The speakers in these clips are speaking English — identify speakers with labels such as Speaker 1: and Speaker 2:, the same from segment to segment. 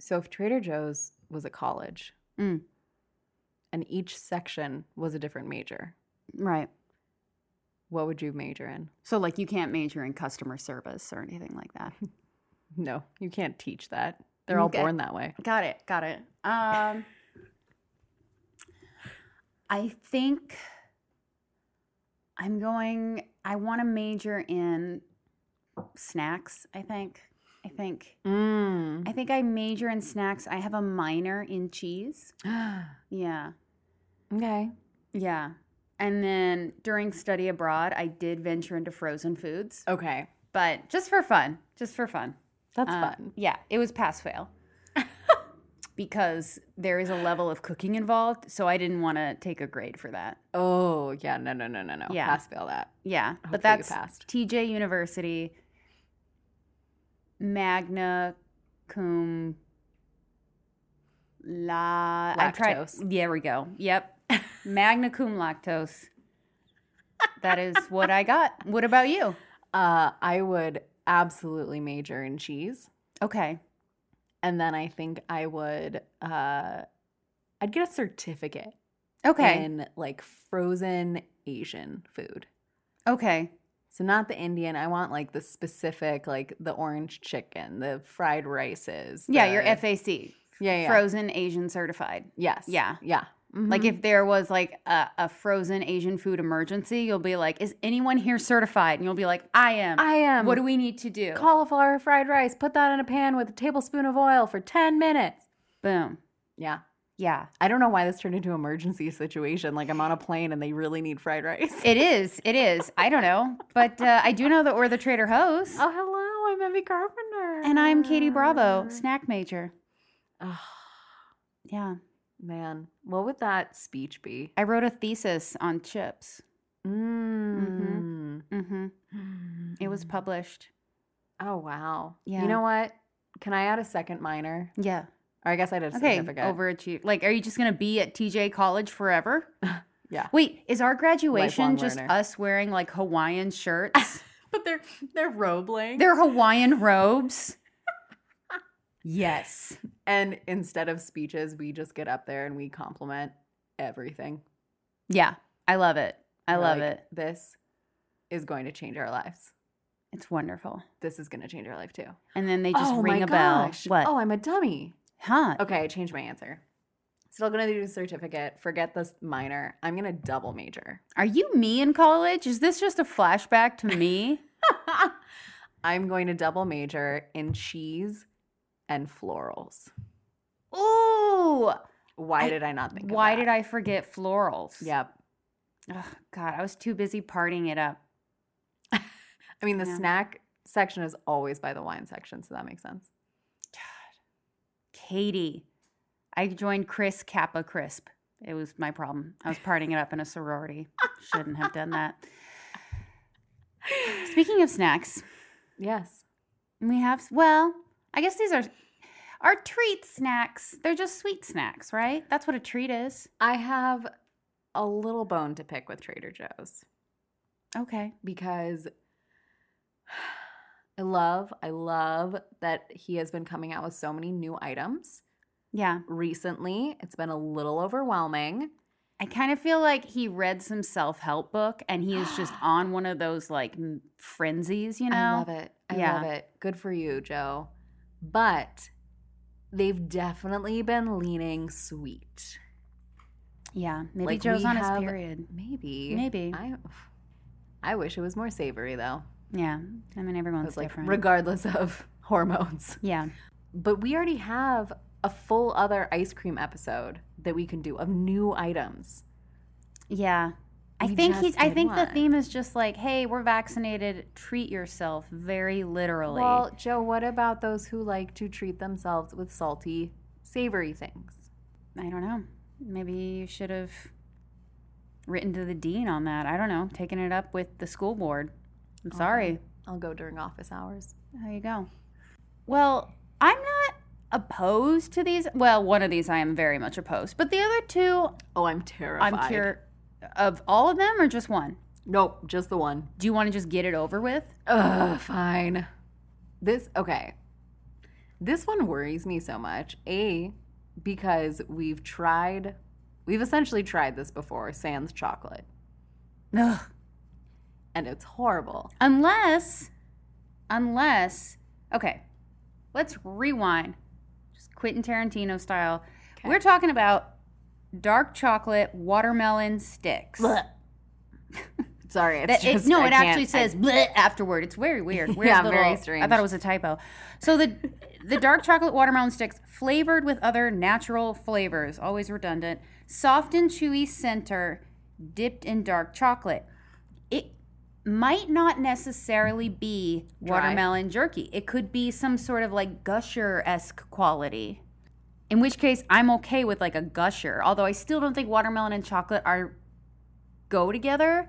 Speaker 1: So if Trader Joe's was a college,
Speaker 2: Mm.
Speaker 1: and each section was a different major,
Speaker 2: Right.
Speaker 1: what would you major in?
Speaker 2: So, like, you can't major in customer service or anything like that.
Speaker 1: No, you can't teach that. They're all
Speaker 2: Okay.
Speaker 1: born that way.
Speaker 2: Got it. Got it. Um, I think I'm going. I want to major in snacks. I think. I think.
Speaker 1: Mm.
Speaker 2: I think I major in snacks. I have a minor in cheese. Yeah.
Speaker 1: okay.
Speaker 2: Yeah. And then during study abroad, I did venture into frozen foods,
Speaker 1: Okay. Um,
Speaker 2: but just for fun. Just for fun.
Speaker 1: That's
Speaker 2: Uh,
Speaker 1: fun.
Speaker 2: Yeah, it was pass fail. because there is a level of cooking involved, so I didn't want to take a grade for that.
Speaker 1: Oh, yeah. No, no, no, no, no.
Speaker 2: Yeah.
Speaker 1: Pass fail that.
Speaker 2: Yeah,
Speaker 1: Hopefully you
Speaker 2: but that's
Speaker 1: passed.
Speaker 2: TJ University magna cum la I tried-
Speaker 1: Lactose.
Speaker 2: there we go. Yep. magna cum lactose. That is what I got. What about you?
Speaker 1: Uh, I would absolutely major in cheese.
Speaker 2: Okay.
Speaker 1: And then I think I would, uh, I'd get a certificate
Speaker 2: Okay.
Speaker 1: in like frozen Asian food.
Speaker 2: okay.
Speaker 1: So not the Indian. I want like the specific, like the orange chicken, the fried rices.
Speaker 2: Yeah,
Speaker 1: the-
Speaker 2: your FAC.
Speaker 1: Yeah, yeah.
Speaker 2: Frozen Asian certified.
Speaker 1: Yes.
Speaker 2: Yeah.
Speaker 1: Yeah.
Speaker 2: Like
Speaker 1: Mhm.
Speaker 2: if there was like a, a frozen Asian food emergency, you'll be like, "Is anyone here certified?" And you'll be like, "I am."
Speaker 1: I am.
Speaker 2: What do we need to do?
Speaker 1: cauliflower fried rice. Put that in a pan with a tablespoon of oil for 10 minutes.
Speaker 2: Boom.
Speaker 1: Yeah.
Speaker 2: Yeah,
Speaker 1: I don't know why this turned into an emergency situation. Like I'm on a plane and they really need fried rice.
Speaker 2: it is. It is. I don't know, but uh, I do know that we're the Trader Hoes,
Speaker 1: oh, hello. I'm Emmy Carpenter.
Speaker 2: and I'm Katie Bravo, snack major.
Speaker 1: Oh,
Speaker 2: Yeah,
Speaker 1: man. What would that speech be?
Speaker 2: I wrote a thesis on chips.
Speaker 1: Mm.
Speaker 2: Mm-hmm. It was published.
Speaker 1: Oh, wow.
Speaker 2: Yeah.
Speaker 1: You know what? Can I add a second minor?
Speaker 2: Yeah.
Speaker 1: Or I guess I did a
Speaker 2: Okay.
Speaker 1: certificate.
Speaker 2: Overachieved. Like, are you just gonna be at TJ College forever?
Speaker 1: Yeah.
Speaker 2: Wait, is our graduation
Speaker 1: Lifelong
Speaker 2: just
Speaker 1: learner.
Speaker 2: us wearing like Hawaiian shirts?
Speaker 1: But they're they're robe length.
Speaker 2: They're Hawaiian robes. yes.
Speaker 1: and instead of speeches, we just get up there and we compliment everything.
Speaker 2: Yeah, I love it. I
Speaker 1: We're
Speaker 2: love
Speaker 1: like,
Speaker 2: it.
Speaker 1: This is going to change our lives.
Speaker 2: It's wonderful.
Speaker 1: This is going to change our life too.
Speaker 2: And then they just
Speaker 1: oh
Speaker 2: ring
Speaker 1: my
Speaker 2: a
Speaker 1: gosh.
Speaker 2: bell. What?
Speaker 1: Oh, I'm a dummy.
Speaker 2: Huh?
Speaker 1: Okay, I changed my answer. Still going to do the certificate. Forget this minor. I'm going to double major.
Speaker 2: Are you me in college? Is this just a flashback to me?
Speaker 1: I'm going to double major in cheese and florals.
Speaker 2: Ooh.
Speaker 1: Why
Speaker 2: I-
Speaker 1: did I not think?
Speaker 2: Why
Speaker 1: of
Speaker 2: did I forget florals?
Speaker 1: Yep.
Speaker 2: Ugh, God, I was too busy partying it up.
Speaker 1: I mean, the
Speaker 2: Yeah.
Speaker 1: snack section is always by the wine section, so that makes sense.
Speaker 2: Katie. I joined Chris Kappa Crisp. It was my problem. I was partying it up in a sorority. Shouldn't have done that. Speaking of snacks,
Speaker 1: Yes.
Speaker 2: we have, well, I guess these are our treat snacks. They're just sweet snacks, right? That's what a treat is.
Speaker 1: I have a little bone to pick with Trader Joe's
Speaker 2: Okay.
Speaker 1: because I love, I love that he has been coming out with so many new items
Speaker 2: Yeah.
Speaker 1: recently. It's been a little overwhelming.
Speaker 2: I kind of feel like he read some self help book and he is just on one of those like m- frenzies, you know?
Speaker 1: I love it. I
Speaker 2: Yeah.
Speaker 1: love it. Good for you, Joe. But they've definitely been leaning sweet.
Speaker 2: Yeah. Maybe
Speaker 1: Like,
Speaker 2: Joe's
Speaker 1: we
Speaker 2: on his
Speaker 1: have-
Speaker 2: period.
Speaker 1: Maybe.
Speaker 2: Maybe.
Speaker 1: I I wish it was more savory though.
Speaker 2: Yeah. I mean,
Speaker 1: It
Speaker 2: everyone's
Speaker 1: was like
Speaker 2: different.
Speaker 1: regardless of hormones.
Speaker 2: yeah.
Speaker 1: But we already have a full other ice cream episode that we can do of new items.
Speaker 2: Yeah. I
Speaker 1: We
Speaker 2: think
Speaker 1: just
Speaker 2: he's I
Speaker 1: did
Speaker 2: think the
Speaker 1: one.
Speaker 2: theme is just like, hey, we're vaccinated, treat yourself very literally.
Speaker 1: Well, Joe, what about those who like to treat themselves with salty, savory things?
Speaker 2: I don't know. Maybe you should have written to the dean on that. I don't know. Taken it up with the school board. I'm sorry.
Speaker 1: I'll go during office hours.
Speaker 2: There you go. Well, I'm not opposed to these. Well, one of these I am very much opposed, but the other two,
Speaker 1: Oh, I'm terrified.
Speaker 2: I'm cure of all of them or just one.
Speaker 1: Nope, just the one.
Speaker 2: Do you want to just get it over with?
Speaker 1: Ugh, fine. This okay. This one worries me so much. A, because we've tried, we've essentially tried this before, sans chocolate,
Speaker 2: Ugh.
Speaker 1: and it's horrible.
Speaker 2: Unless, unless, okay, let's rewind, just Quentin Tarantino style.
Speaker 1: Okay.
Speaker 2: We're talking about dark chocolate watermelon sticks.
Speaker 1: Sorry, it's
Speaker 2: That it,
Speaker 1: just,
Speaker 2: no,
Speaker 1: I
Speaker 2: it actually
Speaker 1: can't- I-
Speaker 2: says bleh afterward. It's very weird. Weird
Speaker 1: Yeah,
Speaker 2: little-
Speaker 1: very strange.
Speaker 2: I thought it was a typo. So the the dark chocolate watermelon sticks flavored with other natural flavors, always redundant, soft and chewy center, dipped in dark chocolate. It might not necessarily be
Speaker 1: Dry.
Speaker 2: watermelon jerky. It could be some sort of like gusher esque quality. In which case, I'm okay with like a gusher. Although I still don't think watermelon and chocolate are go together.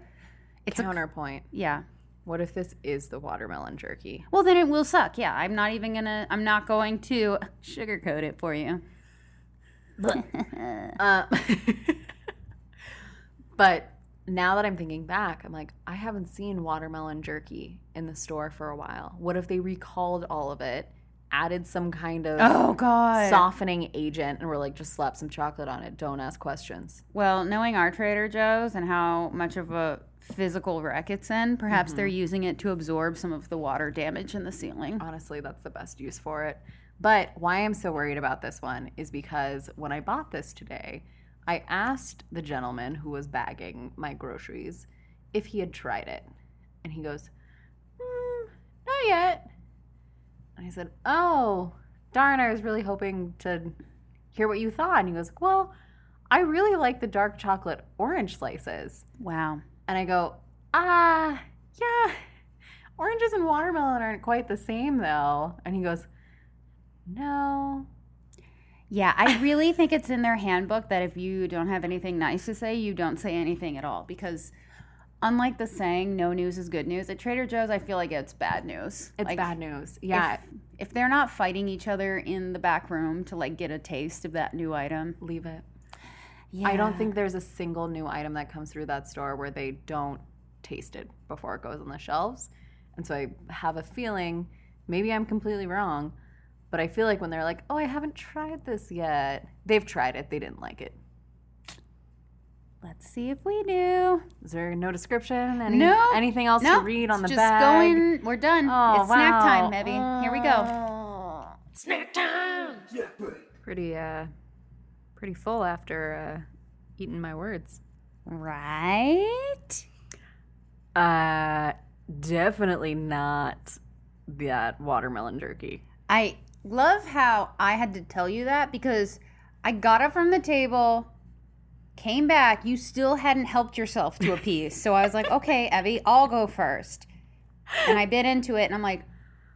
Speaker 2: It's a
Speaker 1: counterpoint.
Speaker 2: yeah.
Speaker 1: What if this is the watermelon jerky?
Speaker 2: Well, then it will suck. Yeah, I'm not even gonna. I'm not going to sugarcoat it for you.
Speaker 1: Uh, but now that I'm thinking back, I'm like, I haven't seen watermelon jerky in the store for a while. What if they recalled all of it, added some kind of
Speaker 2: Oh God.
Speaker 1: softening agent, and were like, just slap some chocolate on it? Don't ask questions.
Speaker 2: Well, knowing our Trader Joe's and how much of a physical wreck it's in, perhaps
Speaker 1: Mm-hmm.
Speaker 2: they're using it to absorb some of the water damage in the ceiling.
Speaker 1: Honestly, that's the best use for it. But why I'm so worried about this one is because when I bought this today, I asked the gentleman who was bagging my groceries if he had tried it. And he goes, mm, Not yet. And I said, Oh, darn, I was really hoping to hear what you thought. And he goes, Well, I really like the dark chocolate orange slices.
Speaker 2: Wow.
Speaker 1: And I go, ah, yeah, oranges and watermelon aren't quite the same though. And he goes, no.
Speaker 2: Yeah, I really think it's in their handbook that if you don't have anything nice to say, you don't say anything at all. Because unlike the saying, no news is good news, at Trader Joe's, I feel like it's bad news.
Speaker 1: It's
Speaker 2: Like,
Speaker 1: bad news. Yeah,
Speaker 2: If, if they're not fighting each other in the back room to like get a taste of that new item,
Speaker 1: leave it.
Speaker 2: yeah.
Speaker 1: I don't think there's a single new item that comes through that store where they don't taste it before it goes on the shelves. And so I have a feeling, maybe I'm completely wrong, but I feel like when they're like, oh, I haven't tried this yet, they've tried it, they didn't like it.
Speaker 2: Let's see if we do.
Speaker 1: Is there no description? Any,
Speaker 2: No.
Speaker 1: Anything else
Speaker 2: No,
Speaker 1: to read on the
Speaker 2: it's just
Speaker 1: bag? Oh,
Speaker 2: going. We're done. it's snack time, baby. Here we go.
Speaker 1: Snack time. Yeah, pretty uh, pretty full after uh, eating my words.
Speaker 2: Right.
Speaker 1: Uh, definitely not that watermelon jerky.
Speaker 2: I love how I had to tell you that because I got up from the table, came back. You still hadn't helped yourself to a piece. so I was like, okay, Evie, I'll go first. And I bit into it and I'm like,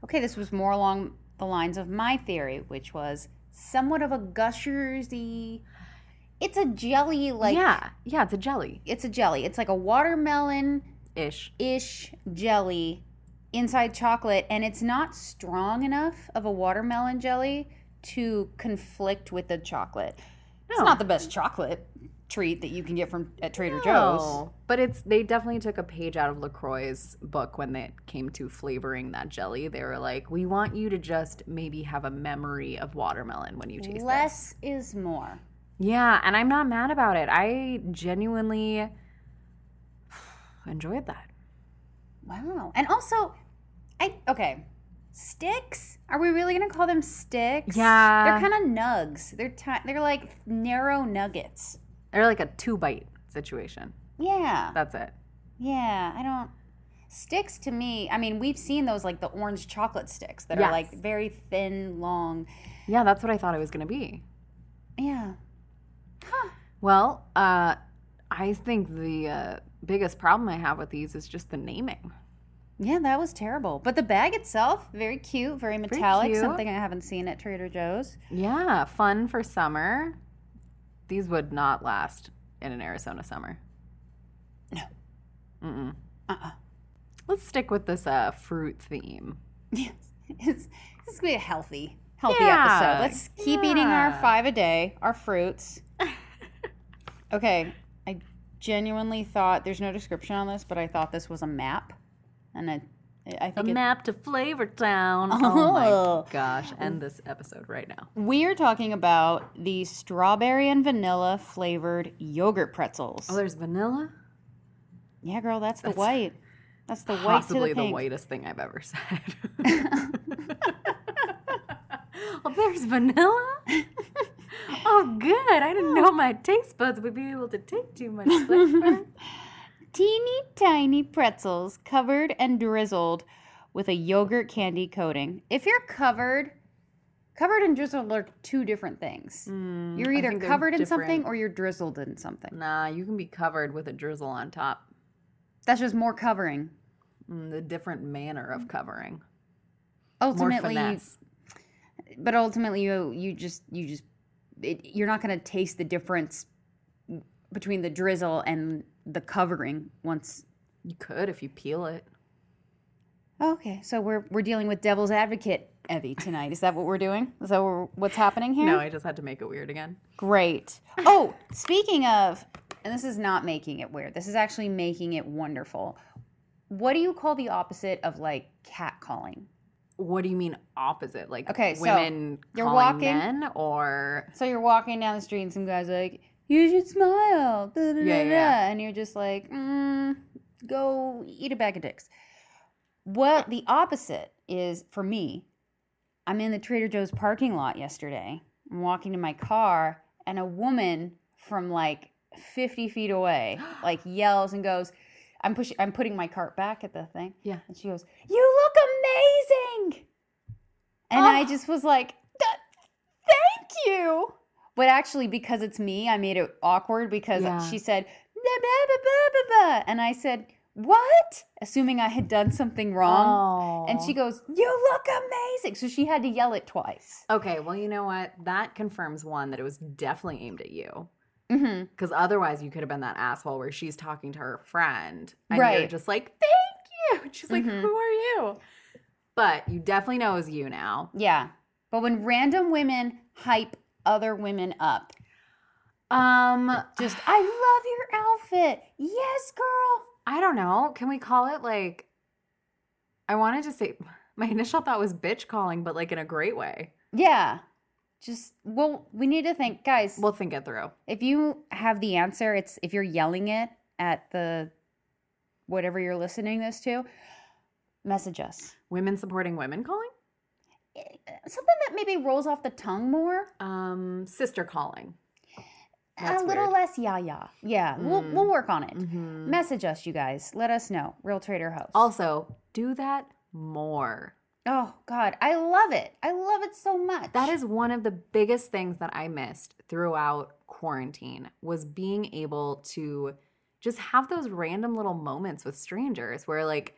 Speaker 2: okay, this was more along the lines of my theory, which was somewhat of a gushersy. It's a jelly like.
Speaker 1: yeah, yeah, it's a jelly
Speaker 2: It's a jelly. It's like a watermelon
Speaker 1: ish.
Speaker 2: ish jelly inside chocolate, and it's not strong enough of a watermelon jelly to conflict with the chocolate. It's
Speaker 1: No.
Speaker 2: not the best chocolate treat that you can get from at Trader Joe's.
Speaker 1: Oh, but it's they definitely took a page out of Lacroix's book when it came to flavoring that jelly. They were like, "We want you to just maybe have a memory of watermelon when you taste it."
Speaker 2: Less is more.
Speaker 1: Yeah, and I'm not mad about it. I genuinely enjoyed that.
Speaker 2: Wow. And also, I okay. Sticks? Are we really gonna call them sticks?
Speaker 1: Yeah.
Speaker 2: They're kind of nugs. They're ti- they're like narrow nuggets.
Speaker 1: They're like a two bite situation.
Speaker 2: Yeah.
Speaker 1: That's it.
Speaker 2: Yeah, I don't. Sticks to me, I mean, we've seen those like the orange chocolate sticks that
Speaker 1: Yes.
Speaker 2: are like very thin, long.
Speaker 1: Yeah, that's what I thought it was going to be.
Speaker 2: Yeah.
Speaker 1: Well, uh, I think the uh, biggest problem I have with these is just the naming.
Speaker 2: Yeah, that was terrible. But the bag itself, very cute, very metallic,
Speaker 1: cute.
Speaker 2: something I haven't seen at Trader Joe's.
Speaker 1: Yeah, fun for summer. These would not last in an Arizona summer.
Speaker 2: No.
Speaker 1: Mm-mm.
Speaker 2: Uh uh
Speaker 1: Let's stick with this uh, fruit theme.
Speaker 2: Yes. It's, this is going to be a healthy, healthy
Speaker 1: Yeah.
Speaker 2: episode. Let's keep eating our
Speaker 1: Yeah.
Speaker 2: five a day, our fruits. okay. I genuinely thought, there's no description on this, but I thought this was a map. And it I
Speaker 1: A
Speaker 2: think it,
Speaker 1: map to Flavor Town. Oh
Speaker 2: Oh.
Speaker 1: my gosh. End this episode right now.
Speaker 2: we are talking about the strawberry and vanilla flavored yogurt pretzels.
Speaker 1: Oh, there's vanilla?
Speaker 2: yeah, girl, that's the
Speaker 1: That's
Speaker 2: white. That's the white to the
Speaker 1: Possibly the,
Speaker 2: pink.
Speaker 1: whitest thing I've ever said. oh, there's vanilla? oh, good. I didn't know my taste buds would be able to take too much flavor.
Speaker 2: Teeny tiny pretzels covered and drizzled with a yogurt candy coating. If you're covered, covered and drizzled are two different things. you're
Speaker 1: Mm, I
Speaker 2: either
Speaker 1: think they're
Speaker 2: covered in something
Speaker 1: different.
Speaker 2: or you're drizzled in something.
Speaker 1: nah, you can be covered with a drizzle on top.
Speaker 2: That's just more covering.
Speaker 1: Mm, the different manner of covering. More
Speaker 2: Ultimately, you,
Speaker 1: finesse.
Speaker 2: but ultimately you you just you just it, you're not going to taste the difference between the drizzle and the covering once
Speaker 1: You could if you peel it.
Speaker 2: Okay, so we're we're dealing with devil's advocate Evie tonight. Is that what we're doing? Is that what- what's happening here?
Speaker 1: No, I just had to make it weird again.
Speaker 2: Great. Oh, speaking of, and this is not making it weird. This is actually making it wonderful. What do you call the opposite of like catcalling?
Speaker 1: What do you mean opposite? Like
Speaker 2: Okay, so
Speaker 1: women
Speaker 2: you're
Speaker 1: calling
Speaker 2: walking-
Speaker 1: men or
Speaker 2: So you're walking down the street and some guy's like, "You should smile," da, da, da,
Speaker 1: Yeah, yeah,
Speaker 2: da,"
Speaker 1: yeah.
Speaker 2: and you're just like, mm, "Go eat a bag of dicks." What the opposite is for me. I'm in the Trader Joe's parking lot yesterday. I'm walking to my car, and a woman from like 50 feet away like yells and goes, "I'm pushing. I'm putting my cart back at the thing."
Speaker 1: Yeah.
Speaker 2: and she goes, "You look amazing," and I
Speaker 1: Oh.
Speaker 2: just was like, "Th- "Thank you." But actually, because it's me, I made it awkward because
Speaker 1: Yeah.
Speaker 2: she said, blah, blah, blah, blah, blah, blah. and I said, What? Assuming I had done something wrong.
Speaker 1: Oh.
Speaker 2: And she goes, You look amazing. So she had to yell it twice.
Speaker 1: Okay, well, you know what? That confirms one that it was definitely aimed at you.
Speaker 2: hmm
Speaker 1: Because otherwise, you could have been that asshole where she's talking to her friend and you're
Speaker 2: Right.
Speaker 1: just like, thank you. And She's like,
Speaker 2: Mhm.
Speaker 1: who are you? But you definitely know it's you now.
Speaker 2: Yeah. But when random women hype other women up,
Speaker 1: Um,
Speaker 2: just, I love your outfit. Yes, girl.
Speaker 1: I don't know. Can we call it like? I wanted to say my initial thought was bitch calling, but like in a great way.
Speaker 2: Yeah. Just, well, we need to think, guys.
Speaker 1: We'll think it through.
Speaker 2: If you have the answer, it's if you're yelling it at the whatever you're listening this to, message us.
Speaker 1: Women supporting women calling.
Speaker 2: Eh, Something that maybe rolls off the tongue more,
Speaker 1: Um, sister calling. That's
Speaker 2: a little
Speaker 1: weird.
Speaker 2: less yah yah. Yeah, we'll
Speaker 1: Mm.
Speaker 2: we'll work on it.
Speaker 1: Mhm.
Speaker 2: Message us, you guys. Let us know. Real Trader Host.
Speaker 1: Also, do that more.
Speaker 2: oh God, I love it. I love it so much.
Speaker 1: That is one of the biggest things that I missed throughout quarantine was being able to just have those random little moments with strangers where like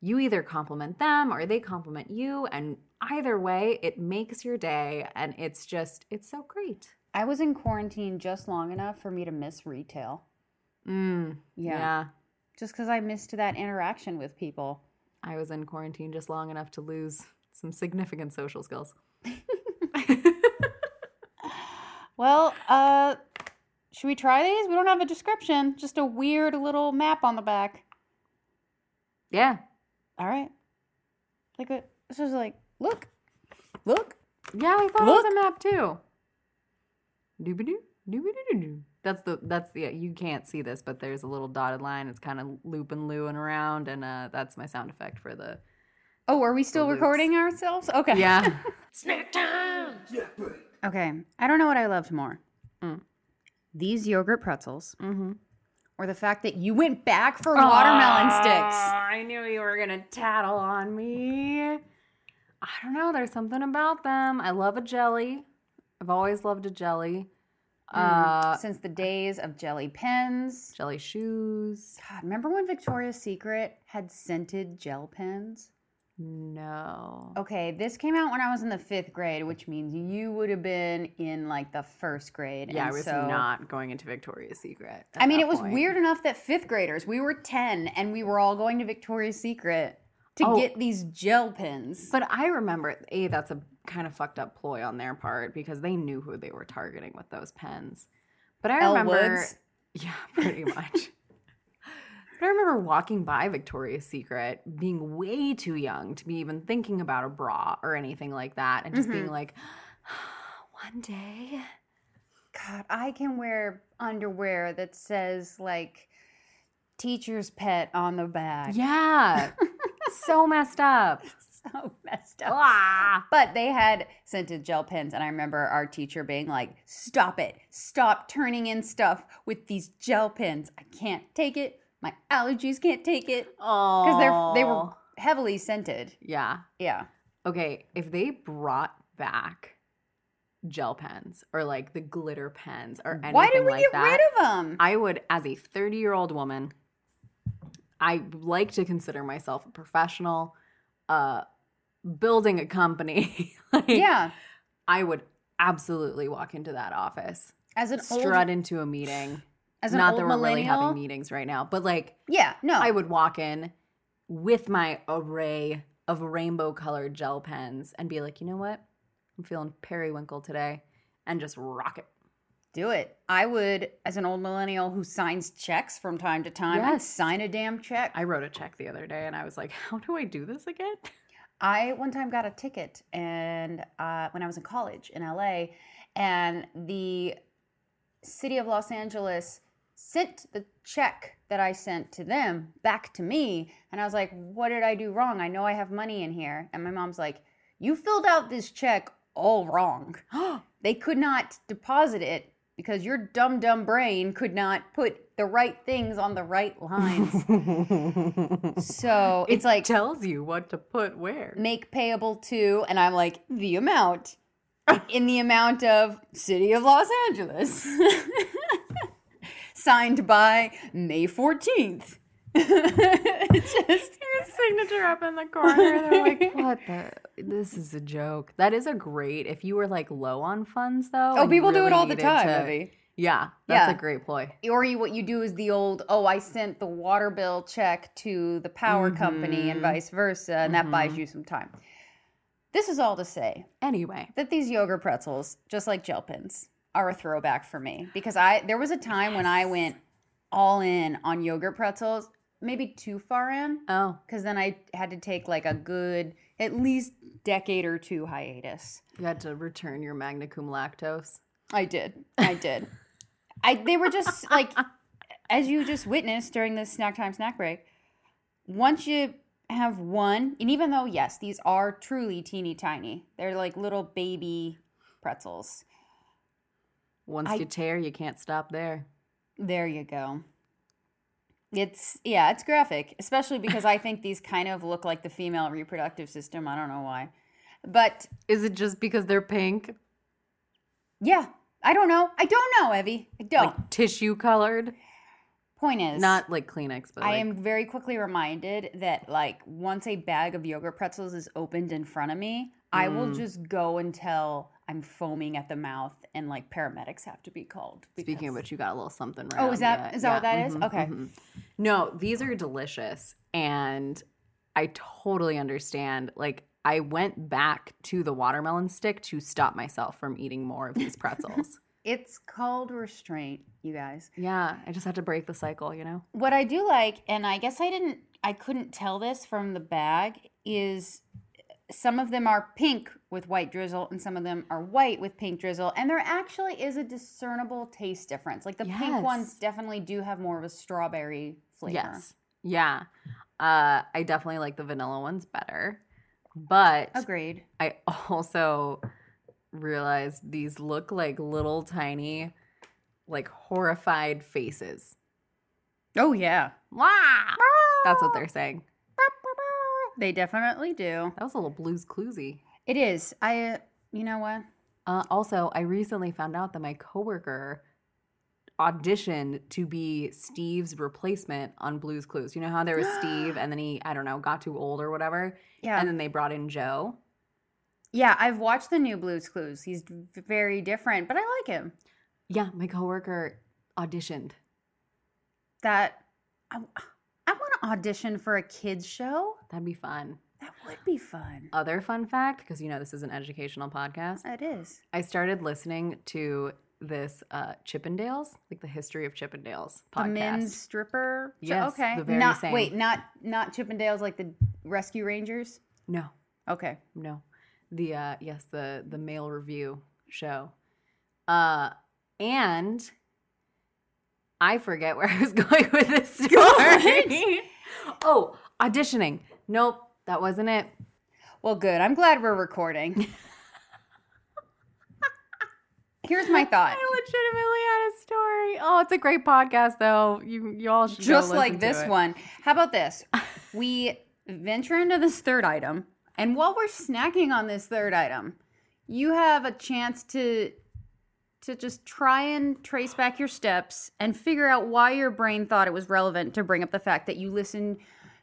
Speaker 1: you either compliment them or they compliment you and either way it makes your day and it's just it's so great.
Speaker 2: I was in quarantine just long enough for me to miss retail.
Speaker 1: Mm, yeah.
Speaker 2: Just because I missed that interaction with people.
Speaker 1: I was in quarantine just long enough to lose some significant social skills.
Speaker 2: Well, uh, should we try these? We don't have a description, just a weird little map on the back.
Speaker 1: Yeah.
Speaker 2: All right. Like, a, this is like, look, look.
Speaker 1: Yeah, I thought it was
Speaker 2: Look.
Speaker 1: a map too. Doobie-doo, doobie-doo-doo-doo. That's the that's the you can't see this, but there's a little dotted line. It's kind of looping, looing around, and uh, that's my sound effect for the
Speaker 2: Oh, are we still
Speaker 1: loops.
Speaker 2: recording ourselves? Okay.
Speaker 1: yeah.
Speaker 2: Okay. I don't know what I loved more
Speaker 1: Mm.
Speaker 2: these yogurt pretzels
Speaker 1: mm-hmm.
Speaker 2: or the fact that you went back for watermelon sticks.
Speaker 1: I knew you were gonna tattle on me. I don't know. There's something about them. I love a jelly. I've always loved a jelly. Uh,
Speaker 2: Mm, Since the days of jelly pens.
Speaker 1: jelly shoes.
Speaker 2: God, remember when Victoria's Secret had scented gel pens?
Speaker 1: No.
Speaker 2: Okay, this came out when I was in the fifth grade, which means you would have been in like the first grade.
Speaker 1: Yeah, I
Speaker 2: and
Speaker 1: was
Speaker 2: so-
Speaker 1: not going into Victoria's Secret. at
Speaker 2: I mean,
Speaker 1: that
Speaker 2: it was
Speaker 1: point.
Speaker 2: weird enough that fifth graders, we were 10 and we were all going to Victoria's Secret to
Speaker 1: Oh.
Speaker 2: get these gel pens.
Speaker 1: But I remember, A, that's a kind of fucked up ploy on their part because they knew who they were targeting with those pens. But I
Speaker 2: Elle
Speaker 1: remember.
Speaker 2: Woods?
Speaker 1: Yeah, pretty much. But I remember walking by Victoria's Secret, being way too young to be even thinking about a bra or anything like that, and just being like, "Ah, one day.
Speaker 2: God, I can wear underwear that says like teacher's pet on the back.
Speaker 1: Yeah. so messed up.
Speaker 2: So messed up.
Speaker 1: Ah.
Speaker 2: But they had scented gel pens, and I remember our teacher being like, Stop it. Stop turning in stuff with these gel pens. I can't take it. My allergies can't take it. Because they're they were
Speaker 1: Aw.
Speaker 2: heavily scented.
Speaker 1: Yeah.
Speaker 2: Yeah.
Speaker 1: Okay, if they brought back gel pens or like the glitter pens or anything
Speaker 2: Why did we
Speaker 1: like
Speaker 2: get
Speaker 1: that,
Speaker 2: rid of them?
Speaker 1: I would, as a 30 year old woman, I like to consider myself a professional, uh, building a company. like,
Speaker 2: yeah.
Speaker 1: I would absolutely walk into that office,
Speaker 2: As an
Speaker 1: strut
Speaker 2: old
Speaker 1: into a meeting.
Speaker 2: as an
Speaker 1: Not
Speaker 2: old
Speaker 1: that we're really
Speaker 2: millennial.
Speaker 1: having meetings right now, but like
Speaker 2: yeah, no.
Speaker 1: I would walk in with my array of rainbow colored gel pens and be like, you know what? I'm feeling periwinkle today and just rock it.
Speaker 2: Do it. I would, as an old millennial who signs checks from time to time, I'd
Speaker 1: Yes.
Speaker 2: sign a damn check. I,
Speaker 1: I wrote a check the other day and I was like, how do I do this again?
Speaker 2: one time got a ticket, and uh, when I was in college in LA, and the city of Los Angeles sent the check that I sent to them back to me, and I was like, "What did I do wrong? I know I have money in here." And my mom's like, "You filled out this check all wrong." they could not deposit it because your dumb dumb brain could not put the right things on the right lines. so it's
Speaker 1: It
Speaker 2: like
Speaker 1: tells you what to put where.
Speaker 2: make payable to, and I'm like the amount in the amount of city of Los Angeles, signed by May 14th. it's just
Speaker 1: Your signature up in the corner. They're like, what the? This is a joke. That is a great. If you were like low on funds though.
Speaker 2: oh,
Speaker 1: and you
Speaker 2: people do it
Speaker 1: really
Speaker 2: all the
Speaker 1: needed
Speaker 2: time.
Speaker 1: to-
Speaker 2: Evie.
Speaker 1: Yeah, that's
Speaker 2: Yeah.
Speaker 1: a great ploy.
Speaker 2: or you, what you do is the old oh i sent the water bill check to the power company and
Speaker 1: Mhm.
Speaker 2: vice versa and that
Speaker 1: Mm-hmm.
Speaker 2: buys you some time this is all to say
Speaker 1: Anyway,
Speaker 2: that these yogurt pretzels just like gel pens are a throwback for me because i there was a time when i went all in on yogurt pretzels maybe too far in
Speaker 1: oh
Speaker 2: because then i had to take like a good at least decade or two hiatus
Speaker 1: You had to return your magna cum lactose.
Speaker 2: I did. I did. I they were just like as you just witnessed during this snack time snack break. Once you have one, and even though yes, these are truly teeny tiny. They're like little baby pretzels.
Speaker 1: Once
Speaker 2: I-
Speaker 1: you tear, you can't stop there.
Speaker 2: There you go. It's yeah, it's graphic, especially because I think these kind of look like the female reproductive system. I don't know why. But
Speaker 1: Is it just because they're pink?
Speaker 2: yeah, I don't know. I don't know, Evie. I don't.
Speaker 1: Like tissue colored?
Speaker 2: Point is
Speaker 1: Not like Kleenex, but like,
Speaker 2: I am very quickly reminded that like once a bag of yogurt pretzels is opened in front of me, I will
Speaker 1: Mm.
Speaker 2: just go until I'm foaming at the mouth and like paramedics have to be called.
Speaker 1: Speaking of
Speaker 2: because-
Speaker 1: which, you got a little something right.
Speaker 2: Oh,
Speaker 1: on
Speaker 2: is
Speaker 1: you.
Speaker 2: that- is that what that is? Okay.
Speaker 1: mhm. No, these are delicious, and I totally understand. Like, I went back to the watermelon stick to stop myself from eating more of these pretzels.
Speaker 2: it's called restraint, you guys.
Speaker 1: yeah, I just had to break the cycle, you know.
Speaker 2: What I do like, and I guess I didn't, I couldn't tell this from the bag, is some of them are pink with white drizzle and some of them are white with pink drizzle. And there actually is a discernible taste difference. Like the pink ones
Speaker 1: Yes.
Speaker 2: definitely do have more of a strawberry flavor.
Speaker 1: Yes. Yeah. Uh, I definitely like the vanilla ones better. But
Speaker 2: Agreed.
Speaker 1: I also realized these look like little tiny, like horrified faces.
Speaker 2: Oh, yeah.
Speaker 1: Wah! That's what they're saying.
Speaker 2: They definitely do.
Speaker 1: That was a little blues cluesy.
Speaker 2: It is. I, uh, you know what?
Speaker 1: Uh, also, I recently found out that my coworker auditioned to be Steve's replacement on Blues Clues. You know how there was Steve and then he, I don't know, got too old or whatever.
Speaker 2: Yeah.
Speaker 1: And then they brought in Joe.
Speaker 2: yeah, I've watched the new Blues Clues. He's v- very different, but I like him.
Speaker 1: Yeah, my coworker auditioned.
Speaker 2: That I, I want to audition for a kids show.
Speaker 1: That'd be fun.
Speaker 2: That would be fun.
Speaker 1: Other fun fact, because you know this is an educational podcast,
Speaker 2: It is.
Speaker 1: I started listening to this uh, Chippendales, like the history of Chippendales
Speaker 2: A men's
Speaker 1: podcast.
Speaker 2: stripper. show?
Speaker 1: Yes,
Speaker 2: okay.
Speaker 1: the very
Speaker 2: not
Speaker 1: same.
Speaker 2: wait, not not Chippendales like the Rescue Rangers.
Speaker 1: No,
Speaker 2: Okay.
Speaker 1: no, the uh, yes, the the male review show, uh, and I forget where I was going with this story. oh, auditioning. Nope, that wasn't it.
Speaker 2: Well, good. I'm glad we're recording. Here's my thought.
Speaker 1: I legitimately had a story. Oh, it's a great podcast, though. You you all should go
Speaker 2: Just
Speaker 1: listen
Speaker 2: like
Speaker 1: to
Speaker 2: this
Speaker 1: it.
Speaker 2: one. How about this? We venture into this third item, and while we're snacking on this third item, you have a chance to to just try and trace back your steps and figure out why your brain thought it was relevant to bring up the fact that you listened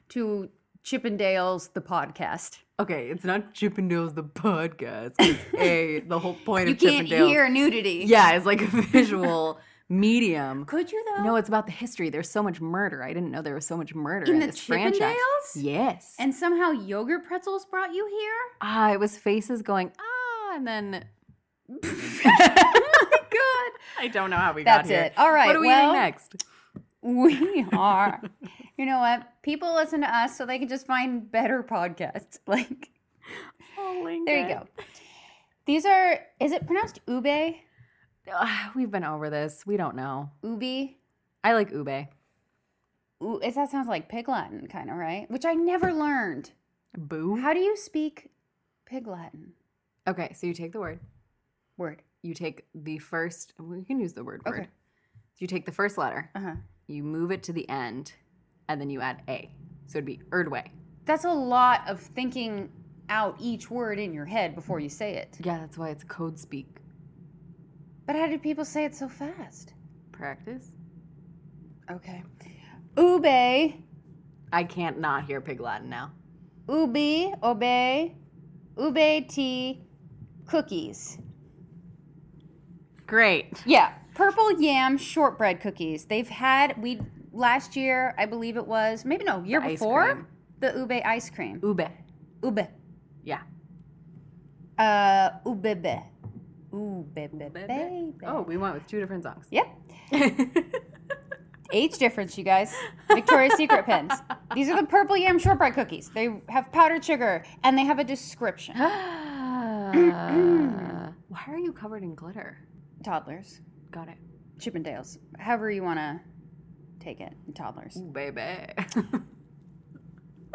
Speaker 2: to Chippendales the podcast.
Speaker 1: Okay, it's not Chippendales the podcast. 'cause, A, the whole point
Speaker 2: You
Speaker 1: of
Speaker 2: can't
Speaker 1: Chippendales.
Speaker 2: hear nudity.
Speaker 1: Yeah, it's like a visual medium.
Speaker 2: Could you though?
Speaker 1: No, it's about the history. There's so much murder. I didn't know there was so much murder
Speaker 2: In
Speaker 1: in,
Speaker 2: the
Speaker 1: this franchise.
Speaker 2: Chippendales?
Speaker 1: Yes.
Speaker 2: And somehow yogurt pretzels brought you here?
Speaker 1: ah, it was faces going ah, and then
Speaker 2: Good.
Speaker 1: I don't know how we
Speaker 2: That's
Speaker 1: got here.
Speaker 2: it. All right.
Speaker 1: What are we
Speaker 2: well,
Speaker 1: eating next?
Speaker 2: We are. you know what? People listen to us so they can just find better podcasts. Like, there you go. These are, is it pronounced ube?
Speaker 1: Ah, we've been over this. We don't know.
Speaker 2: Ubi?
Speaker 1: I like ube,
Speaker 2: Ooh, is that sounds like pig Latin, kind of, right? Which I never learned.
Speaker 1: boo.
Speaker 2: How do you speak pig Latin?
Speaker 1: Okay, so you take the word.
Speaker 2: Word.
Speaker 1: you take the first we can use the word word
Speaker 2: Okay.
Speaker 1: you take the first letter
Speaker 2: Uh huh.
Speaker 1: you move it to the end and then you add a so it'd be erdway
Speaker 2: That's a lot of thinking out each word in your head before you say it.
Speaker 1: yeah that's why it's code speak
Speaker 2: But how do people say it so fast?
Speaker 1: practice
Speaker 2: Okay. Ube,
Speaker 1: i can't not hear pig latin now
Speaker 2: ubi, obey, ube tea, cookies.
Speaker 1: great
Speaker 2: Yeah, purple yam shortbread cookies. They've had we last year, I believe it was maybe no year
Speaker 1: ice
Speaker 2: before
Speaker 1: cream.
Speaker 2: the ube ice cream.
Speaker 1: ube
Speaker 2: Ube,
Speaker 1: yeah
Speaker 2: uh, ubebe, ubebe.
Speaker 1: oh we went with two different songs
Speaker 2: Yep. Age difference, you guys. Victoria's Secret pins. These are the purple yam shortbread cookies. They have powdered sugar and they have a description.
Speaker 1: why are you covered in glitter
Speaker 2: Toddlers,
Speaker 1: got it
Speaker 2: Chippendales, however you want to take it. Toddlers.
Speaker 1: Ooh, baby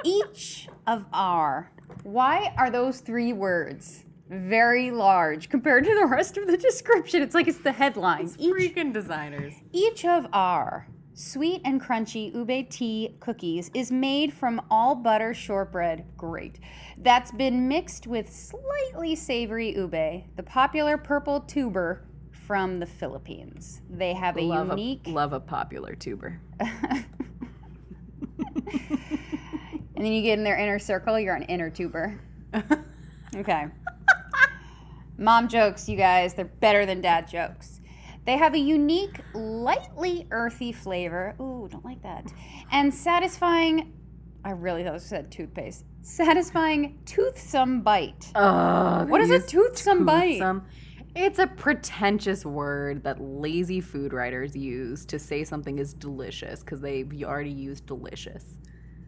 Speaker 2: Each of our. Why are those three words very large compared to the rest of the description? It's like it's e-, the headline. Each,
Speaker 1: freaking designers
Speaker 2: each of our sweet and crunchy ube tea cookies is made from all butter shortbread. Great. That's been mixed with slightly savory ube, the popular purple tuber from the Philippines. They have a
Speaker 1: love
Speaker 2: unique.
Speaker 1: a, love a popular tuber
Speaker 2: And then you get in their inner circle, you're an inner tuber. okay. Mom jokes, you guys, they're better than dad jokes. They have a unique, lightly earthy flavor. Ooh, don't like that. And satisfying, I really thought it said toothpaste. Satisfying, toothsome bite.
Speaker 1: Ugh,
Speaker 2: What is
Speaker 1: they
Speaker 2: a
Speaker 1: use
Speaker 2: toothsome bite?
Speaker 1: Oh, toothsome. It's a pretentious word that lazy food writers use to say something is delicious because they've already used delicious.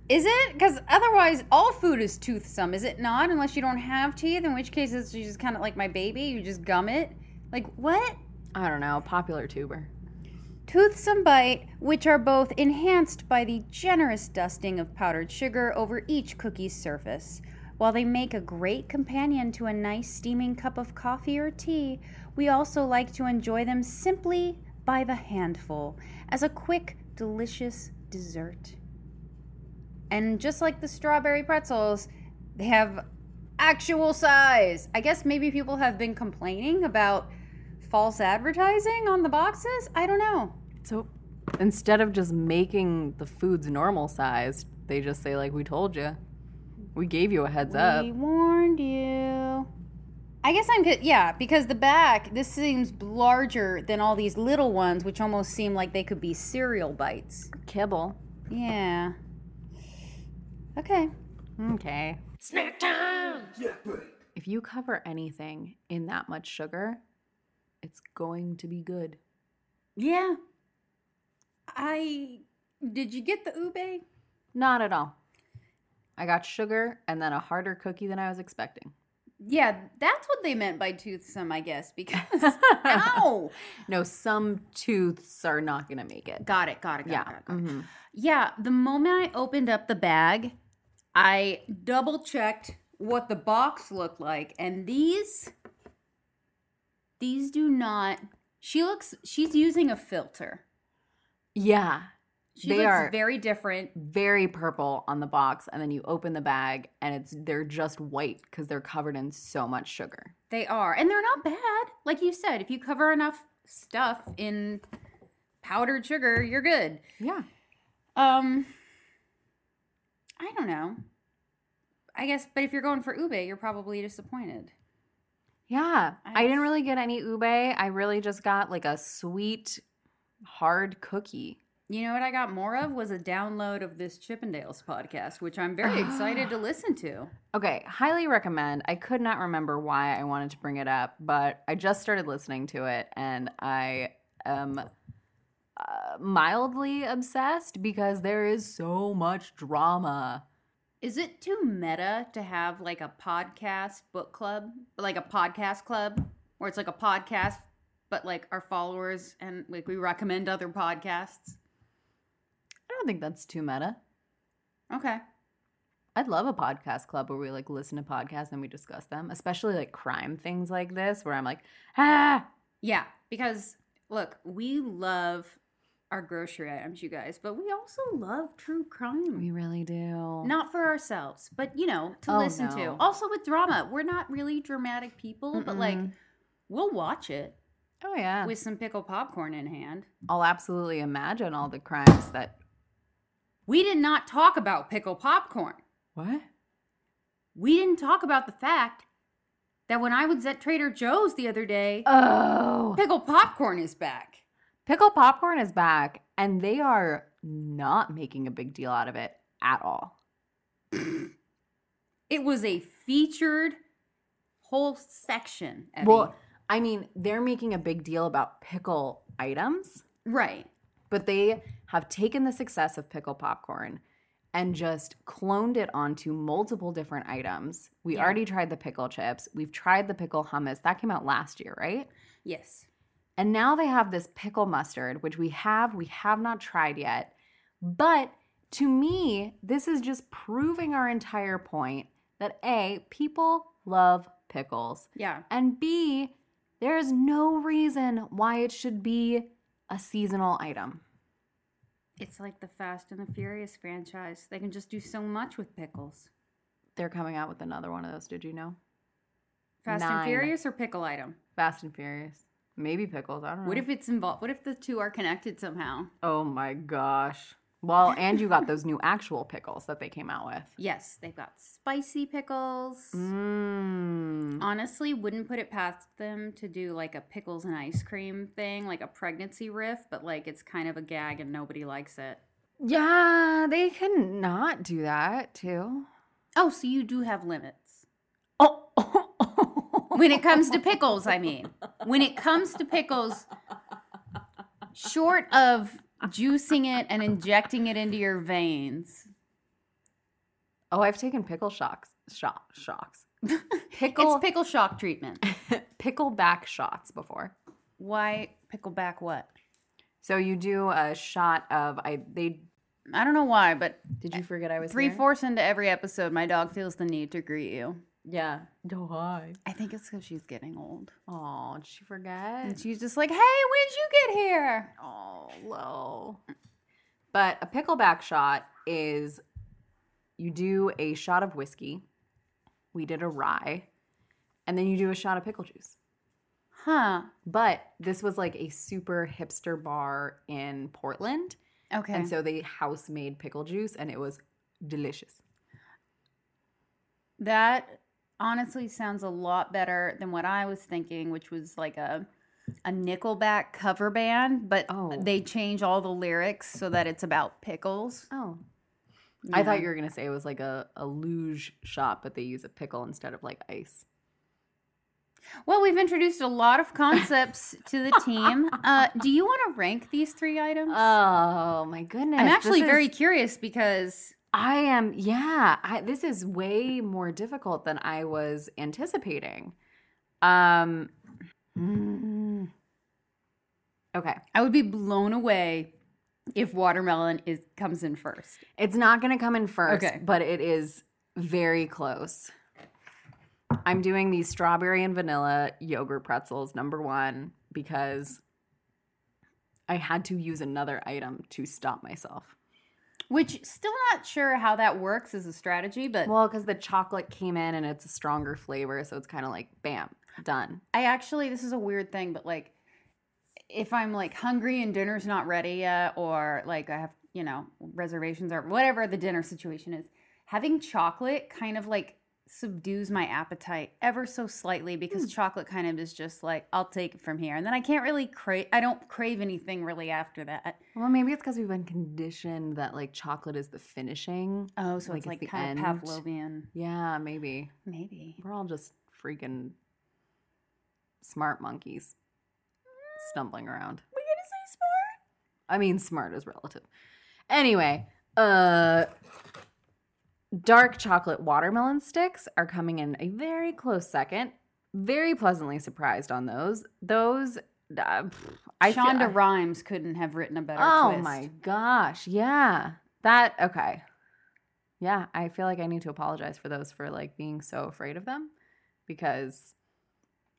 Speaker 2: Is it? Because otherwise, all food is toothsome, is it not? Unless you don't have teeth, in which case it's just kind of like my baby, you just gum it. Like, what?
Speaker 1: I don't know, popular tuber.
Speaker 2: Toothsome Bite, which are both enhanced by the generous dusting of powdered sugar over each cookie's surface. While they make a great companion to a nice steaming cup of coffee or tea, we also like to enjoy them simply by the handful as a quick, delicious dessert. And just like the strawberry pretzels, they have actual size. I guess maybe people have been complaining about false advertising on the boxes? I don't know.
Speaker 1: So instead of just making the foods normal sized, they just say, like, we told you. We gave you a heads up.
Speaker 2: We warned you. Uh, I guess I'm good. Yeah, because the back, this seems larger than all these little ones, which almost seem like they could be cereal bites.
Speaker 1: Kibble.
Speaker 2: Yeah. Okay.
Speaker 1: Okay. Snack time! If you cover anything in that much sugar, It's going to be good.
Speaker 2: Yeah. I did you get the ube?
Speaker 1: Not at all. I got sugar and then a harder cookie than I was expecting.
Speaker 2: Yeah, that's what they meant by toothsome, I guess, because ow.
Speaker 1: No, some tooths are not going to make it.
Speaker 2: Got it, got it, got
Speaker 1: yeah.
Speaker 2: it, got it. Got it.
Speaker 1: mhm.
Speaker 2: Yeah, the moment I opened up the bag, I double checked what the box looked like, and these these do not. She looks. She's using a filter.
Speaker 1: Yeah.
Speaker 2: She
Speaker 1: They
Speaker 2: looks
Speaker 1: are-
Speaker 2: very different.
Speaker 1: Very purple on the box. And then you open the bag and it's they're just white because they're covered in so much sugar.
Speaker 2: They are, and they're not bad. Like you said, if you cover enough stuff in powdered sugar, you're good.
Speaker 1: Yeah.
Speaker 2: Um, I don't know. I guess, but if you're going for ube, you're probably disappointed.
Speaker 1: Yeah.
Speaker 2: I
Speaker 1: I didn't
Speaker 2: s-
Speaker 1: really get any ube. I really just got like a sweet, hard cookie.
Speaker 2: You know what I got more of was a download of this Chippendales podcast, which I'm very excited to listen to.
Speaker 1: Okay, highly recommend. I could not remember why I wanted to bring it up, but I just started listening to it and I am uh, mildly obsessed because there is so much drama.
Speaker 2: Is it too meta to have like a podcast book club, like a podcast club, where it's like a podcast, but like our followers and like we recommend other podcasts?
Speaker 1: I don't think that's too meta.
Speaker 2: Okay.
Speaker 1: I'd love a podcast club where we like listen to podcasts and we discuss them, especially like crime things like this where I'm like, ah,
Speaker 2: Yeah, because look, we love our grocery items, you guys, but we also love true crime.
Speaker 1: we really do.
Speaker 2: not for ourselves, but you know, to
Speaker 1: Oh,
Speaker 2: listen
Speaker 1: no.
Speaker 2: to. Also with drama, we're not really dramatic people, but like
Speaker 1: Mm-mm.
Speaker 2: we'll watch it
Speaker 1: Oh, yeah.
Speaker 2: with some pickle popcorn in hand.
Speaker 1: I'll absolutely imagine all the crimes that.
Speaker 2: We did not talk about pickle popcorn.
Speaker 1: What?
Speaker 2: We didn't talk about the fact that when I was at Trader Joe's the other day,
Speaker 1: Oh.
Speaker 2: pickle popcorn is back.
Speaker 1: Pickle popcorn is back, and they are not making a big deal out of it at all.
Speaker 2: It was a featured whole section. Evie.
Speaker 1: Well, I mean, they're making a big deal about pickle items,
Speaker 2: right.
Speaker 1: but they have taken the success of pickle popcorn and just cloned it onto multiple different items. We
Speaker 2: Yeah.
Speaker 1: already tried the pickle chips, we've tried the pickle hummus. That came out last year, right?
Speaker 2: Yes.
Speaker 1: And now they have this pickle mustard, which we have, we have not tried yet. But to me, this is just proving our entire point that A, people love pickles,
Speaker 2: Yeah.
Speaker 1: and B, there is no reason why it should be a seasonal item.
Speaker 2: It's like the Fast and the Furious franchise. They can just do so much with pickles.
Speaker 1: They're coming out with another one of those, did you know?
Speaker 2: Fast
Speaker 1: Nine.
Speaker 2: and Furious or pickle item?
Speaker 1: Fast and Furious. Maybe pickles, I don't know.
Speaker 2: What if it's involved? What if the two are connected somehow?
Speaker 1: Oh my gosh. Well, and you got those new actual pickles that they came out with.
Speaker 2: Yes, they've got spicy pickles.
Speaker 1: Mm. Mmm.
Speaker 2: Honestly, wouldn't put it past them to do like a pickles and ice cream thing, like a pregnancy riff, but like it's kind of a gag and nobody likes it.
Speaker 1: Yeah, they can not do that too.
Speaker 2: Oh, so you do have limits.
Speaker 1: Oh,
Speaker 2: When it comes to pickles, I mean. When it comes to pickles, short of juicing it and injecting it into your veins.
Speaker 1: oh, I've taken pickle shocks, shock, shocks,
Speaker 2: It's
Speaker 1: pickle,
Speaker 2: pickle shock treatment.
Speaker 1: pickle back shots before.
Speaker 2: Why pickleback what?
Speaker 1: So you do a shot of I. They
Speaker 2: I don't know why, but
Speaker 1: did you forget I was
Speaker 2: three
Speaker 1: here?
Speaker 2: fourths into every episode, my dog feels the need to greet you.
Speaker 1: Yeah. Oh hi.
Speaker 2: I think it's because she's getting old.
Speaker 1: Oh, did she
Speaker 2: And
Speaker 1: forget?
Speaker 2: she's just like, hey, when'd you get here?
Speaker 1: Oh, low. But a pickleback shot is you do a shot of whiskey. We did a rye, and then you do a shot of pickle juice.
Speaker 2: Huh.
Speaker 1: But this was like a super hipster bar in Portland.
Speaker 2: Okay.
Speaker 1: And so they house made pickle juice and it was delicious.
Speaker 2: that honestly sounds a lot better than what I was thinking, which was like a a Nickelback cover band, but
Speaker 1: Oh.
Speaker 2: they change all the lyrics so that it's about pickles.
Speaker 1: Oh. I thought
Speaker 2: Yeah.
Speaker 1: you were going to say it was like a, a luge shot, but they use a pickle instead of like ice.
Speaker 2: Well, we've introduced a lot of concepts to the team. Uh, do you want to rank these three items?
Speaker 1: Oh my goodness.
Speaker 2: I'm
Speaker 1: This
Speaker 2: actually very
Speaker 1: is-
Speaker 2: curious because
Speaker 1: I am yeah, I this is way more difficult than I was anticipating. Um mm, Okay.
Speaker 2: I would be blown away if watermelon is comes in first.
Speaker 1: It's not going to come in first,
Speaker 2: Okay.
Speaker 1: but it is very close. I'm doing these strawberry and vanilla yogurt pretzels, number one, because I had to use another item to stop myself.
Speaker 2: Which still not sure how that works as a strategy, but
Speaker 1: Well, because the chocolate came in and it's a stronger flavor, so it's kind of like bam, done.
Speaker 2: I actually this is a weird thing, but like if I'm like hungry and dinner's not ready yet, or like I have you know reservations or whatever the dinner situation is, having chocolate kind of like subdues my appetite ever so slightly
Speaker 1: Hmm.
Speaker 2: because chocolate kind of is just like I'll take it from here, and then I can't really crave. I don't crave anything really after that.
Speaker 1: Well, maybe it's because we've been conditioned that like chocolate is the finishing.
Speaker 2: Oh, so
Speaker 1: Like, it's
Speaker 2: it's like
Speaker 1: the
Speaker 2: kind of
Speaker 1: end.
Speaker 2: Pavlovian,
Speaker 1: Yeah, maybe.
Speaker 2: maybe.
Speaker 1: We're all just freaking smart monkeys stumbling around.
Speaker 2: We gonna say smart?
Speaker 1: I mean, smart is relative. Anyway, uh, dark chocolate watermelon sticks are coming in a very close second. Very pleasantly surprised on those. Those, uh, pff, I feel-
Speaker 2: Shonda Rhimes couldn't have written a better
Speaker 1: oh
Speaker 2: twist.
Speaker 1: my gosh, yeah, that okay. Yeah, I feel like I need to apologize for those for like being so afraid of them, because,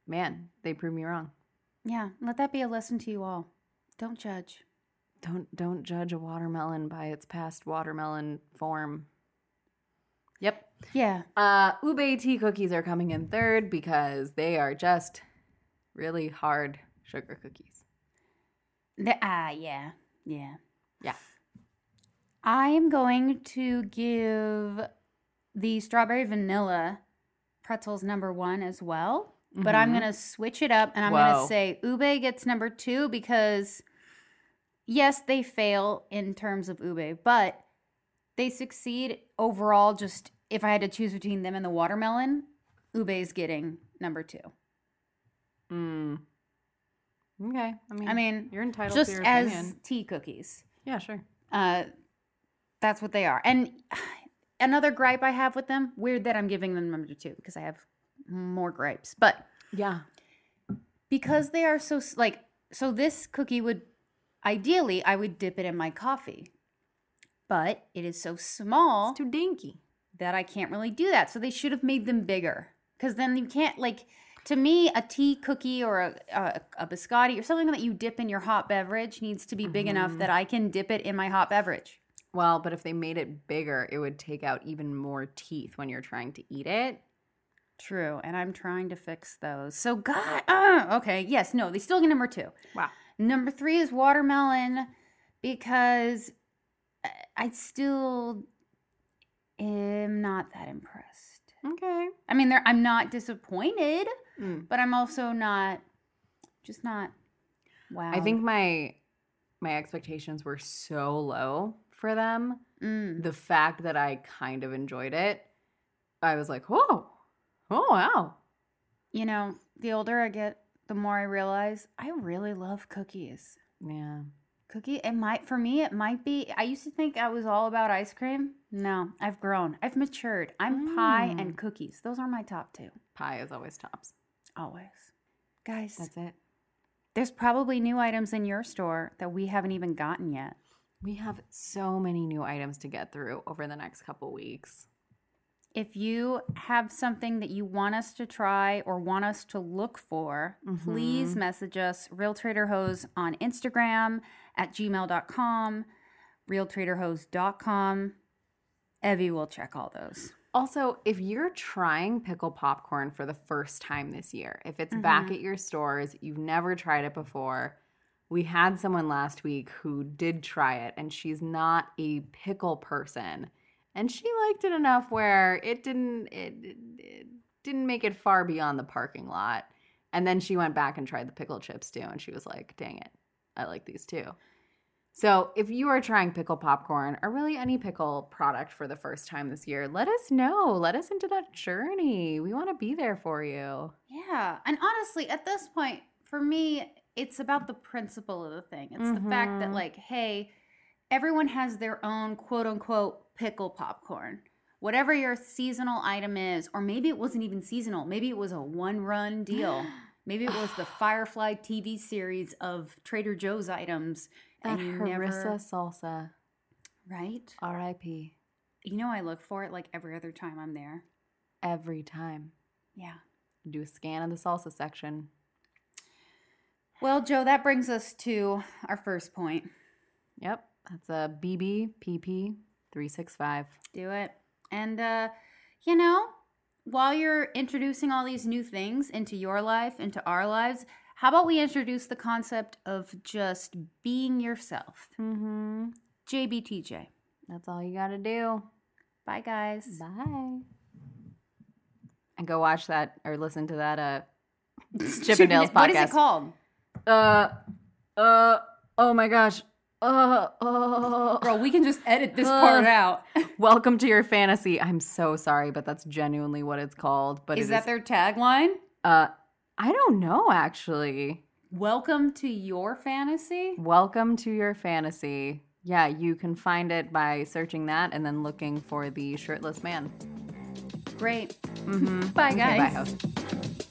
Speaker 1: man, they proved me wrong.
Speaker 2: Yeah, let that be a lesson to you all. Don't judge.
Speaker 1: Don't don't judge a watermelon by its past watermelon form. Yep.
Speaker 2: Yeah.
Speaker 1: Uh, ube tea cookies are coming in third because they are just really hard sugar cookies.
Speaker 2: The, ah, yeah. Yeah.
Speaker 1: Yeah.
Speaker 2: I am going to give the strawberry vanilla pretzels number one as well, but I'm
Speaker 1: Mhm.
Speaker 2: going to switch it up and I'm going
Speaker 1: Whoa.
Speaker 2: to say ube gets number two because, yes, they fail in terms of ube, but they succeed overall. Just if I had to choose between them and the watermelon, ube's getting number two.
Speaker 1: Mm. Okay. I mean,
Speaker 2: I mean,
Speaker 1: you're entitled
Speaker 2: just
Speaker 1: to your
Speaker 2: as
Speaker 1: opinion.
Speaker 2: tea cookies.
Speaker 1: Yeah, sure.
Speaker 2: Uh, that's what they are. And another gripe I have with them, weird that I'm giving them number two because I have more gripes, but
Speaker 1: Yeah. Mm-hmm.
Speaker 2: because they are so s- like, so this cookie would ideally I would dip it in my coffee, but it is so small
Speaker 1: It's too dinky.
Speaker 2: that I can't really do that. So they should have made them bigger because then you can't like. To me, a tea cookie or a, a, a biscotti or something that you dip in your hot beverage needs to be big
Speaker 1: Mm-hmm.
Speaker 2: enough that I can dip it in my hot beverage.
Speaker 1: Well, but if they made it bigger, it would take out even more teeth when you're trying to eat it.
Speaker 2: True, and I'm trying to fix those. So God, uh, okay, yes, no, they still get number two.
Speaker 1: Wow.
Speaker 2: Number three is watermelon because I- I still am not that impressed.
Speaker 1: Okay.
Speaker 2: I mean, there I'm not disappointed,
Speaker 1: Mm.
Speaker 2: but I'm also not just not. Wow.
Speaker 1: I think my my expectations were so low for them
Speaker 2: Mm.
Speaker 1: the fact that I kind of enjoyed it, I was like, whoa, oh wow.
Speaker 2: you know, the older I get, the more I realize I really love cookies.
Speaker 1: Yeah.
Speaker 2: Cookie, it might for me. It might be. I used to think I was all about ice cream. No, I've grown. I've matured. I'm pie and cookies. Those are my top two,
Speaker 1: Pie is always tops.
Speaker 2: always. Guys,
Speaker 1: That's it.
Speaker 2: there's probably new items in your store that we haven't even gotten yet.
Speaker 1: We have so many new items to get through over the next couple weeks.
Speaker 2: If you have something that you want us to try or want us to look for, please message us Real Trader Hose on Instagram at gmail.com, realtraderhose.com. Evie will check all those.
Speaker 1: Also, if you're trying pickle popcorn for the first time this year, if it's back at your stores, you've never tried it before, we had someone last week who did try it and she's not a pickle person. And she liked it enough where it didn't it, it, it didn't make it far beyond the parking lot. And then she went back and tried the pickle chips too and she was like, "Dang it. I like these too." So, if you are trying pickle popcorn or really any pickle product for the first time this year, let us know. Let us into that journey. We want to be there for you.
Speaker 2: Yeah. And honestly, at this point, for me, it's about the principle of the thing. It's the fact that,
Speaker 1: Mhm.
Speaker 2: like, hey, everyone has their own quote unquote pickle popcorn. Whatever your seasonal item is, or maybe it wasn't even seasonal, maybe it was a one run deal. Maybe it was the Firefly TV series of Trader Joe's items.
Speaker 1: That
Speaker 2: and you
Speaker 1: harissa
Speaker 2: never,
Speaker 1: salsa,
Speaker 2: right?
Speaker 1: RIP,
Speaker 2: You know, I look for it like every other time I'm there.
Speaker 1: every time.
Speaker 2: Yeah.
Speaker 1: Do a scan of the salsa section.
Speaker 2: Well, Joe, that brings us to our first point.
Speaker 1: Yep, that's a BBPP365.
Speaker 2: Do it. And, uh, you know, while you're introducing all these new things into your life, into our lives, how about we introduce the concept of just being yourself?
Speaker 1: Mm-hmm.
Speaker 2: JBTJ.
Speaker 1: That's all you got to do.
Speaker 2: Bye, guys.
Speaker 1: Bye. And go watch that or listen to that. Uh,
Speaker 2: Chip
Speaker 1: and Dale's
Speaker 2: What is it
Speaker 1: podcast.
Speaker 2: called?
Speaker 1: uh, uh, oh my gosh. Uh, oh.
Speaker 2: Girl, we can just edit this
Speaker 1: Ugh.
Speaker 2: part out.
Speaker 1: Welcome to your fantasy. I'm so sorry, but that's genuinely what it's called. But
Speaker 2: Is
Speaker 1: it
Speaker 2: that their tagline?
Speaker 1: uh, I don't know actually.
Speaker 2: Welcome to your fantasy.
Speaker 1: Welcome to your fantasy. Yeah, you can find it by searching that and then looking for the shirtless man.
Speaker 2: Great.
Speaker 1: Mm-hmm.
Speaker 2: Bye, guys.
Speaker 1: bye, host.